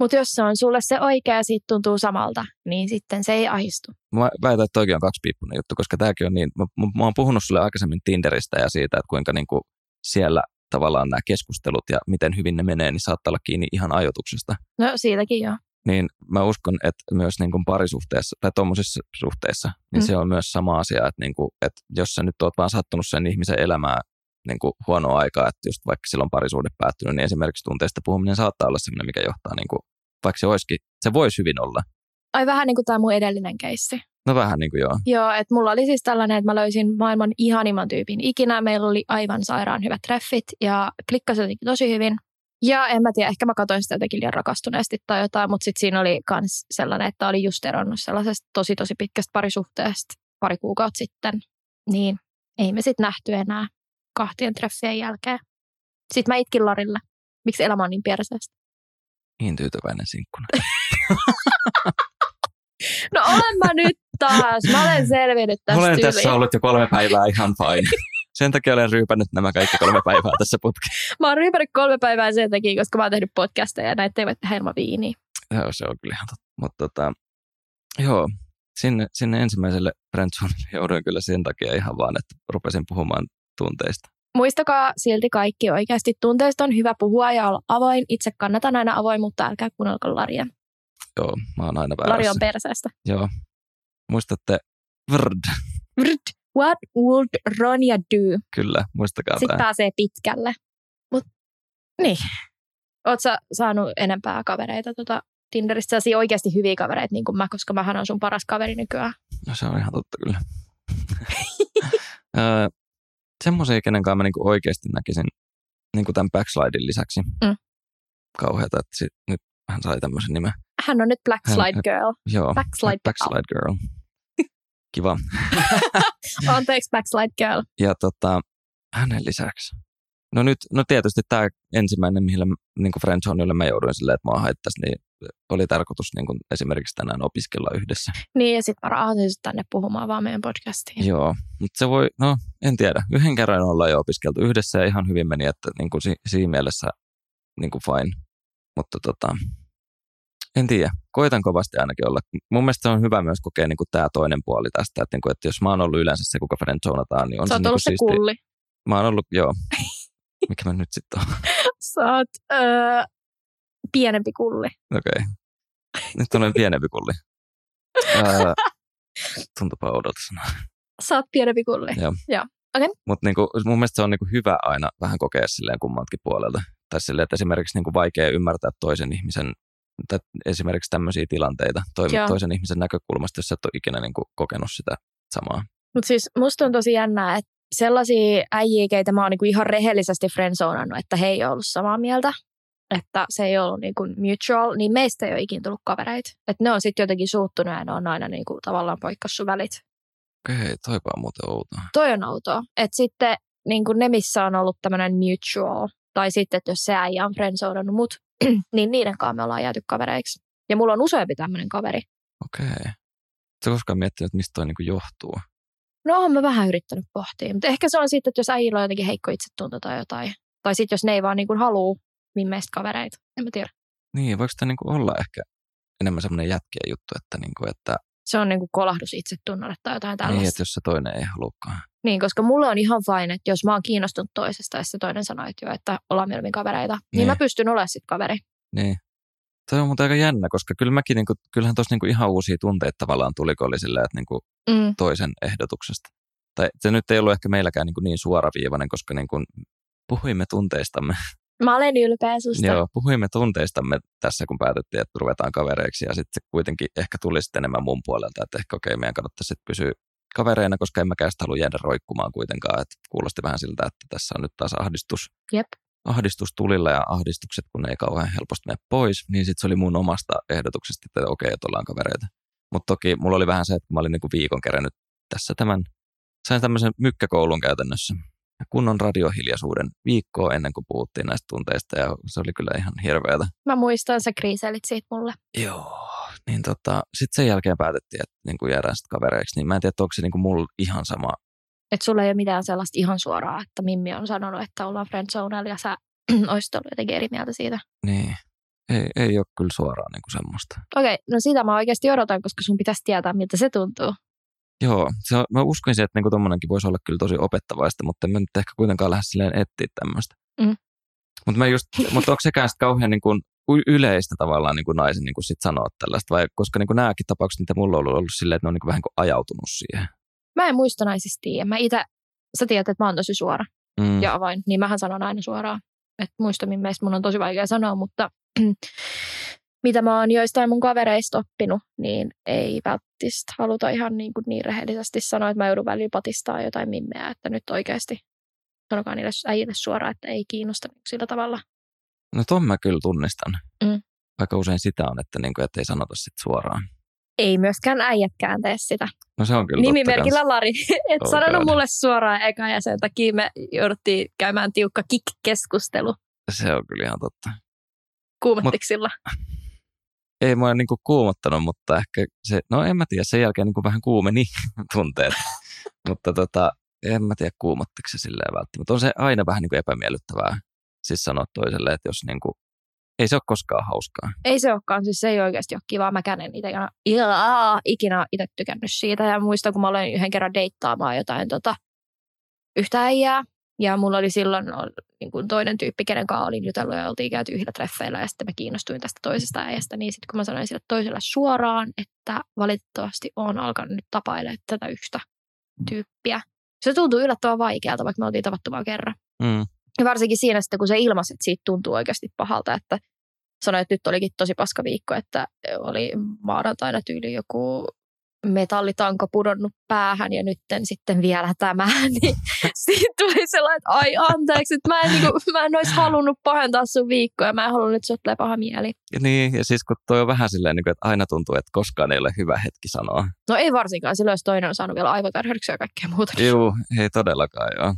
S2: Mutta jos se on sulle se oikea ja siitä tuntuu samalta, niin sitten se ei ahistu.
S1: Mä väitän, että toikin on kaksipiippunen juttu, koska tämäkin on niin. Mä, mä, mä oon puhunut sulle aikaisemmin Tinderistä ja siitä, että kuinka niin kuin siellä tavallaan nämä keskustelut ja miten hyvin ne menee, niin saattaa olla kiinni ihan ajoituksesta.
S2: No siitäkin joo.
S1: niin mä uskon, että myös niin kuin parisuhteessa tai tuommoisissa suhteissa, niin
S2: Mm.
S1: mm. se on myös sama asia, että, niin kuin, että jos sä nyt oot vaan sattunut sen ihmisen elämään niin kuin huonoa aikaa, että just vaikka silloin parisuhde päättynyt, niin esimerkiksi tunteista puhuminen saattaa olla sellainen, mikä johtaa, niin kuin, vaikka se olisikin, se voisi hyvin olla,
S2: Ai vähän niin kuin tämä mun edellinen keissi.
S1: No vähän niin kuin joo.
S2: Joo, että mulla oli siis tällainen, että mä löysin maailman ihanimman tyypin ikinä. Meillä oli aivan sairaan hyvät treffit ja klikkasi jotenkin tosi hyvin. Ja en mä tiedä, ehkä mä katsoin sitä jotenkin liian rakastuneesti tai jotain, mutta sitten siinä oli myös sellainen, että oli just eronnut sellaisesta tosi tosi pitkästä parisuhteesta pari kuukautta sitten. Niin ei me sitten nähty enää kahtien treffien jälkeen. Sitten mä itkin Larille. Miksi elämä on niin perseestä?
S1: Niin tyytyväinen sinkkuna.
S2: No olen mä nyt taas. Mä olen selvinnyt tästä
S1: Olen
S2: yli.
S1: tässä ollut jo kolme päivää ihan fine. Sen takia olen ryypännyt nämä kaikki kolme päivää tässä putkessa.
S2: Mä oon ryypännyt kolme päivää sen takia, koska mä oon tehnyt podcasteja ja näitä eivät tehdä ilman viiniä.
S1: Joo, se on kyllä ihan totta. Mutta tota, joo, sinne, sinne ensimmäiselle Friendzoneille jouduin kyllä sen takia ihan vaan, että rupesin puhumaan tunteista.
S2: Muistakaa silti kaikki oikeasti. Tunteista on hyvä puhua ja olla avoin. Itse kannatan aina avoimuutta, älkää kuunnelko Laria.
S1: Joo, mä oon aina
S2: Lari
S1: väärässä.
S2: on perseestä.
S1: Joo. Muistatte, vrd,
S2: Vrrt. What would Ronja do?
S1: kyllä, muistakaa
S2: Sitten
S1: tämä.
S2: pääsee pitkälle. Mut, niin. Oot sä saanut enempää kavereita tota Tinderistä? Sellaisia oikeasti hyviä kavereita, niin kuin mä, koska mähän on sun paras kaveri nykyään.
S1: No se on ihan totta kyllä. öö, semmoisia, kenen kanssa mä niinku oikeasti näkisin niinku tämän backslidin lisäksi.
S2: Mm.
S1: Kauheata, että sit, nyt hän sai tämmöisen nimen.
S2: Hän on nyt Black
S1: Hän-
S2: Slide Girl.
S1: Joo,
S2: Backslide Girl.
S1: backslide girl. Kiva.
S2: Anteeksi, Black Slide Girl.
S1: Ja tota, hänen lisäksi. No nyt, no tietysti tämä ensimmäinen, millä niin Friendzoneille mä jouduin silleen, että mua haittaisi, niin oli tarkoitus niin kuin esimerkiksi tänään opiskella yhdessä.
S2: Niin, ja sitten mä raahasin sut tänne puhumaan vaan meidän podcastiin.
S1: Joo, mutta se voi, no en tiedä. Yhden kerran ollaan jo opiskeltu yhdessä ja ihan hyvin meni, että niin kuin si, siinä mielessä niin kuin fine. Mutta tota, en tiedä. Koitan kovasti ainakin olla. Mun mielestä se on hyvä myös kokea niin kuin tämä toinen puoli tästä, että, niin kuin, että jos mä oon ollut yleensä se, kuka friendzonataan, niin
S2: Sä
S1: on se,
S2: oot
S1: niin kuin
S2: ollut se
S1: siistiä.
S2: kulli.
S1: Mä oon ollut, joo. Mikä mä nyt sitten oon?
S2: Sä oot öö, pienempi kulli.
S1: Okei. Nyt olen pienempi kulli. Ää, tuntupa oudolta sanoa.
S2: Sä oot pienempi kulli.
S1: Joo. Mutta niinku, mun mielestä se on niinku hyvä aina vähän kokea silleen kummaltakin puolelta. Tai silleen, että esimerkiksi niinku vaikea ymmärtää toisen ihmisen, tai esimerkiksi tämmöisiä tilanteita toimi,
S2: Joo.
S1: toisen ihmisen näkökulmasta, jos sä et ole ikinä niinku kokenut sitä samaa.
S2: Mutta siis musta on tosi jännää, että sellaisia äijiä, keitä mä oon niinku ihan rehellisesti friendzonannut, että he ei ole ollut samaa mieltä, että se ei ollut niinku mutual, niin meistä ei ole ikinä tullut kavereita. Että ne on sitten jotenkin suuttunut ja ne on aina niinku tavallaan poikkassu välit.
S1: Okei, toipa on muuten outoa.
S2: Toi on outoa. Että sitten niin kuin ne, missä on ollut tämmöinen mutual, tai sitten, että jos se äijä on friendzoonannut mut, niin niiden kanssa me ollaan jääty kavereiksi. Ja mulla on useampi tämmöinen kaveri.
S1: Okei. Sä koskaan miettinyt, että mistä toi niinku johtuu?
S2: No oon mä vähän yrittänyt pohtia, mutta ehkä se on sitten, että jos äijillä on jotenkin heikko itsetunto tai jotain. Tai sitten jos ne ei vaan niin kuin haluu niin meistä kavereita. En mä tiedä.
S1: Niin, voiko tämä niinku olla ehkä enemmän semmoinen jätkien juttu, että, niinku, että,
S2: Se on niin kuin kolahdus itsetunnolle tai jotain tällaista.
S1: niin, että jos se toinen ei halukaan.
S2: Niin, koska mulle on ihan fine, että jos mä oon kiinnostunut toisesta ja se toinen sanoo, että, joo, että ollaan mieluummin kavereita, niin,
S1: Niin.
S2: mä pystyn olemaan sitten kaveri.
S1: Niin. Toi on muuten aika jännä, koska kyllä mäkin, niin kuin, kyllähän tuossa niin ihan uusia tunteita tavallaan tuli, kun oli sillä, että niin kuin
S2: Mm.
S1: toisen ehdotuksesta. Tai se nyt ei ollut ehkä meilläkään niin, kuin niin suoraviivainen, koska niin kuin puhuimme tunteistamme.
S2: Mä olen ylpeä susta.
S1: Joo, puhuimme tunteistamme tässä, kun päätettiin, että ruvetaan kavereiksi. Ja sitten se kuitenkin ehkä tuli sitten enemmän mun puolelta, että ehkä okei, meidän kannattaisi sitten pysyä kavereina, koska en mäkään sitä halua jäädä roikkumaan kuitenkaan. Että kuulosti vähän siltä, että tässä on nyt taas ahdistus.
S2: Jep.
S1: Ahdistus tulilla ja ahdistukset, kun ne ei kauhean helposti mene pois, niin sitten se oli mun omasta ehdotuksesta, että okei, että ollaan kavereita. Mutta toki mulla oli vähän se, että mä olin niinku viikon kerännyt tässä tämän. Sain tämmöisen mykkäkoulun käytännössä. Ja kunnon radiohiljaisuuden viikkoa ennen kuin puhuttiin näistä tunteista ja se oli kyllä ihan hirveätä.
S2: Mä muistan, sä kriiselit siitä mulle.
S1: Joo, niin tota, sitten sen jälkeen päätettiin, että niin kuin jäädään sitten kavereiksi, niin mä en tiedä, että onko se niin kuin mulla ihan sama.
S2: Että sulla ei ole mitään sellaista ihan suoraa, että Mimmi on sanonut, että ollaan friendzonella ja sä oisit ollut jotenkin eri mieltä siitä.
S1: Niin, ei, ei ole kyllä suoraan niin kuin semmoista.
S2: Okei, no sitä mä oikeasti odotan, koska sun pitäisi tietää, miltä se tuntuu.
S1: Joo, se, on- mä uskoisin, että niin kuin tommonenkin voisi olla kyllä tosi opettavaista, mutta en mä nyt ehkä kuitenkaan lähde silleen etsiä tämmöistä.
S2: Mm.
S1: Mutta mä just, mutta onko sekään sitten kauhean niin kuin y- yleistä tavallaan niin kuin naisen niin kuin sit sanoa tällaista, vai koska niin kuin nämäkin tapaukset, mitä mulla on ollut, ollut silleen, että ne on niin kuin vähän kuin ajautunut siihen.
S2: Mä en muista naisista tiedä. Mä itse, sä tiedät, että mä oon tosi suora
S1: Mm.
S2: ja avoin, niin mähän sanon aina suoraan. Että muista Mimmeistä mun on tosi vaikea sanoa, mutta mitä mä oon joistain mun kavereista oppinut, niin ei välttämättä haluta ihan niin, kuin niin rehellisesti sanoa, että mä joudun välillä patistaa jotain mimmeä, että nyt oikeasti sanokaa niille äijille suoraan, että ei kiinnosta niin sillä tavalla.
S1: No ton mä kyllä tunnistan.
S2: Mm.
S1: Aika usein sitä on, että, niin kuin, että ei sanota sit suoraan.
S2: Ei myöskään äijätkään tee sitä.
S1: No se on kyllä totta
S2: Nimimerkillä Lari. Et
S1: Oh
S2: sanonut
S1: God.
S2: mulle suoraan eka ja sen takia me jouduttiin käymään tiukka kik-keskustelu
S1: kans. Se on kyllä ihan totta.
S2: kuumattiksilla.
S1: Ei mua niin kuin kuumottanut, mutta ehkä se, no en mä tiedä, sen jälkeen niin kuin vähän kuumeni tunteet. mutta tota, en mä tiedä kuumottiko se silleen välttämättä. On se aina vähän niin kuin epämiellyttävää siis sanoa toiselle, että jos niin kuin, ei se ole koskaan hauskaa.
S2: Ei se olekaan, siis se ei oikeasti ole kivaa. Mäkään en ite, jaa, ikinä itse tykännyt siitä. Ja muistan, kun mä olen yhden kerran deittaamaan jotain tota, yhtä äijää. Ja mulla oli silloin no, niin kuin toinen tyyppi, kenen kanssa olin jutellut ja oltiin käyty yhdellä treffeillä. Ja sitten mä kiinnostuin tästä toisesta äijästä. Niin sitten kun mä sanoin sille toiselle suoraan, että valitettavasti on alkanut nyt tapailemaan tätä yhtä tyyppiä. Se tuntuu yllättävän vaikealta, vaikka me oltiin tavattu vain kerran.
S1: Mm.
S2: Ja varsinkin siinä sitten, kun se ilmasi, että siitä tuntuu oikeasti pahalta, että sanoi, että nyt olikin tosi paska viikko, että oli maanantaina tyyli joku metallitanko pudonnut päähän ja nytten sitten vielä tämä, niin siitä tuli sellainen, että ai anteeksi, että mä en, niinku, mä en olisi halunnut pahentaa sun viikkoa ja mä en halunnut, että sut tulee paha mieli.
S1: Ja niin, ja siis kun toi on vähän silleen, niin kuin, että aina tuntuu, että koskaan ei ole hyvä hetki sanoa.
S2: No ei varsinkaan, silloin jos toinen on saanut vielä aivotärhdyksiä ja kaikkea muuta.
S1: Juu, ei todellakaan joo.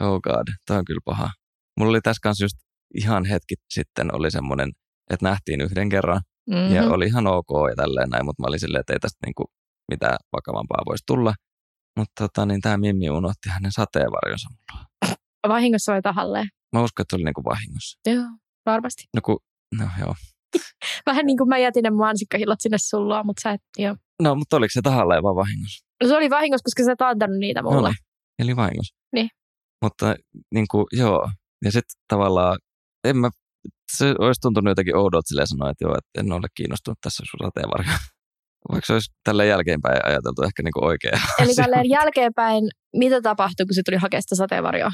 S1: Oh god, tämä on kyllä paha. Mulla oli tässä kanssa just ihan hetki sitten oli semmoinen, että nähtiin yhden kerran
S2: Mm-hmm.
S1: mm-hmm. ja oli ihan ok ja tälleen näin, mutta mä olin silleen, että ei tästä niinku mitään vakavampaa voisi tulla. Mutta tota, niin tämä Mimmi unohti hänen sateenvarjonsa.
S2: Vahingossa vai tahalleen?
S1: Mä uskon, että se oli niinku vahingossa.
S2: Joo, varmasti.
S1: No, kun, no joo.
S2: Vähän niin kuin mä jätin ne mansikkahillot sinne sulloa, mutta sä et, joo.
S1: No, mutta oliko se tahallaan vai vahingossa?
S2: No se oli vahingossa, koska sä et antanut niitä mulle.
S1: Oli. Eli vahingossa.
S2: Niin.
S1: Mutta niin kuin, joo. Ja sitten tavallaan, en mä, se olisi tuntunut jotenkin oudolta silleen sanoa, että joo, että en ole kiinnostunut tässä sun sateenvarjoon. Vaikka se olisi tällä jälkeenpäin ajateltu ehkä niin kuin oikea
S2: Eli
S1: asia.
S2: tälleen jälkeenpäin, mitä tapahtui, kun se tuli hakemaan sitä sateenvarjoa?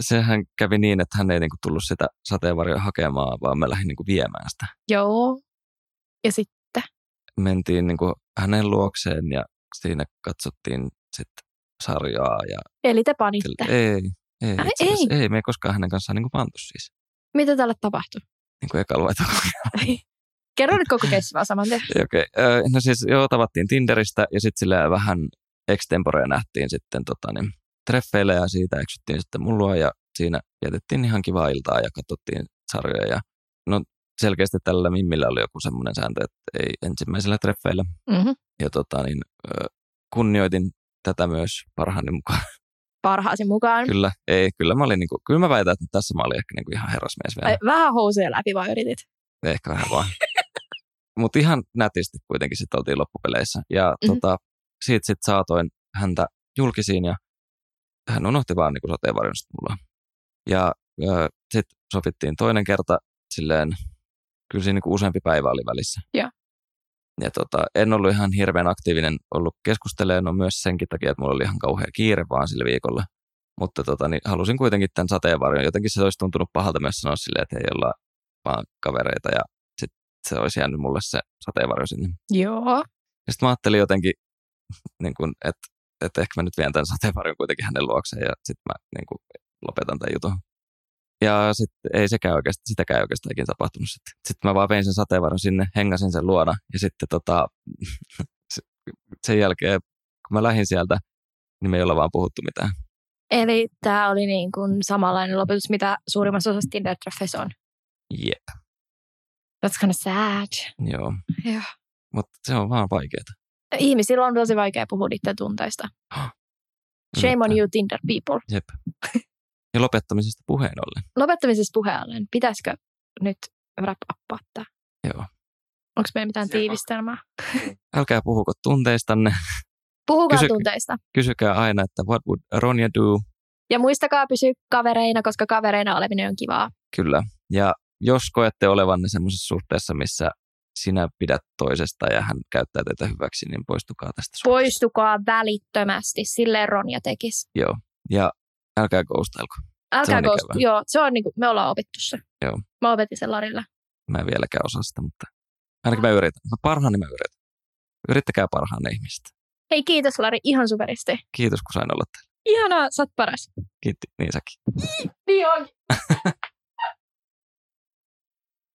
S1: Sehän kävi niin, että hän ei niin kuin tullut sitä sateenvarjoa hakemaan, vaan mä lähdin niin kuin viemään sitä.
S2: Joo. Ja sitten
S1: Mentiin niin kuin hänen luokseen ja siinä katsottiin sitten sarjaa. Ja,
S2: Eli te panitte.
S1: ei, ei,
S2: Ai
S1: itse asiassa ei. me ei koskaan hänen kanssaan niin kuin pantu siis.
S2: Mitä tälle tapahtui?
S1: Niin kuin ekalla vai tokalla.
S2: Kerro nyt koko keissi vaan saman tien.
S1: Okei, okay. no siis joo, tavattiin Tinderistä ja sitten sillä vähän extemporea nähtiin sitten tota, niin, treffeillä ja siitä eksyttiin sitten mullua ja siinä vietettiin ihan kivaa iltaa ja katsottiin sarjoja. Ja, no selkeästi tällä Mimmillä oli joku semmoinen sääntö, että ei ensimmäisellä treffeillä.
S2: Mm-hmm.
S1: Ja tota, niin, ö, kunnioitin tätä myös parhaani mukaan.
S2: Parhaasi mukaan.
S1: Kyllä, ei, kyllä mä olin, niin kuin, kyllä mä väitän, että tässä mä olin ehkä niin kuin ihan herrasmies vielä.
S2: Ai, vähän housuja läpi vaan yritit.
S1: Ehkä vähän vaan. Mutta ihan nätisti kuitenkin sitten oltiin loppupeleissä. Ja
S2: Mhm.
S1: mm-hmm. tota, siitä sitten saatoin häntä julkisiin ja hän unohti vaan niin sateenvarjonsa mulla. Ja sitten sovittiin toinen kerta silleen, kyllä siinä niin useampi päivä oli välissä.
S2: Joo.
S1: Ja tota, en ollut ihan hirveän aktiivinen ollut keskusteleen, no myös senkin takia, että mulla oli ihan kauhea kiire vaan sillä viikolla. Mutta tota, niin halusin kuitenkin tämän sateenvarjon. Jotenkin se olisi tuntunut pahalta myös sanoa silleen, että ei olla vaan kavereita ja sit se olisi jäänyt mulle se sateenvarjo sinne.
S2: Joo.
S1: Ja sitten mä ajattelin jotenkin, niin kun, että, että ehkä mä nyt vien tämän sateenvarjon kuitenkin hänen luokseen ja sitten mä niin kun, lopetan tämän jutun. Ja sitten ei sekään oikeastaan, sitäkään ei oikeastaan ikinä tapahtunut sitten. Sitten mä vaan vein sen sateenvarjon sinne, hengasin sen luona ja sitten tota, se- sen jälkeen, kun mä lähdin sieltä, niin me ei olla vaan puhuttu mitään.
S2: Eli tämä oli niin kuin samanlainen lopetus, mitä suurimmassa osassa Tinder-treffeissä on.
S1: Jep,
S2: That's kind of sad.
S1: joo.
S2: Joo.
S1: Mutta se on vaan vaikeaa.
S2: Ihmisillä on tosi vaikea puhua niiden tunteista. Shame on you Tinder people.
S1: Jep. Ja lopettamisesta puheen ollen.
S2: lopettamisessa puheelleen, pitäisikö nyt wrap uppaa tää?
S1: Joo.
S2: Onko meillä mitään
S1: Siellä on.
S2: tiivistelmää?
S1: älkää puhuko tunteistanne,
S2: Puhukaa
S1: Kysy-
S2: tunteista.
S1: kysykää aina, että what would Ronja do?
S2: Ja muistakaa pysyä kavereina, koska kavereina oleminen on kivaa.
S1: Kyllä. Ja jos koette olevanne semmoisessa suhteessa, missä sinä pidät toisesta ja hän käyttää teitä hyväksi, niin poistukaa tästä suhteesta.
S2: Poistukaa välittömästi, silleen Ronja tekisi.
S1: Ja älkää ghostailko.
S2: Älkää
S1: on
S2: ghost,
S1: ikävää.
S2: joo, se on niinku, me ollaan opittu se.
S1: Joo.
S2: Mä opetin sen Larilla.
S1: Mä en vieläkään osaa sitä, mutta Ainakin mä yritän. Mä parhaani mä yritän. Yrittäkää parhaan ihmistä.
S2: Hei kiitos Lari, ihan superisti.
S1: Kiitos, kun sain olla täällä.
S2: Ihanaa, sä oot paras.
S1: Kiitti, niin säkin.
S2: Niin onkin.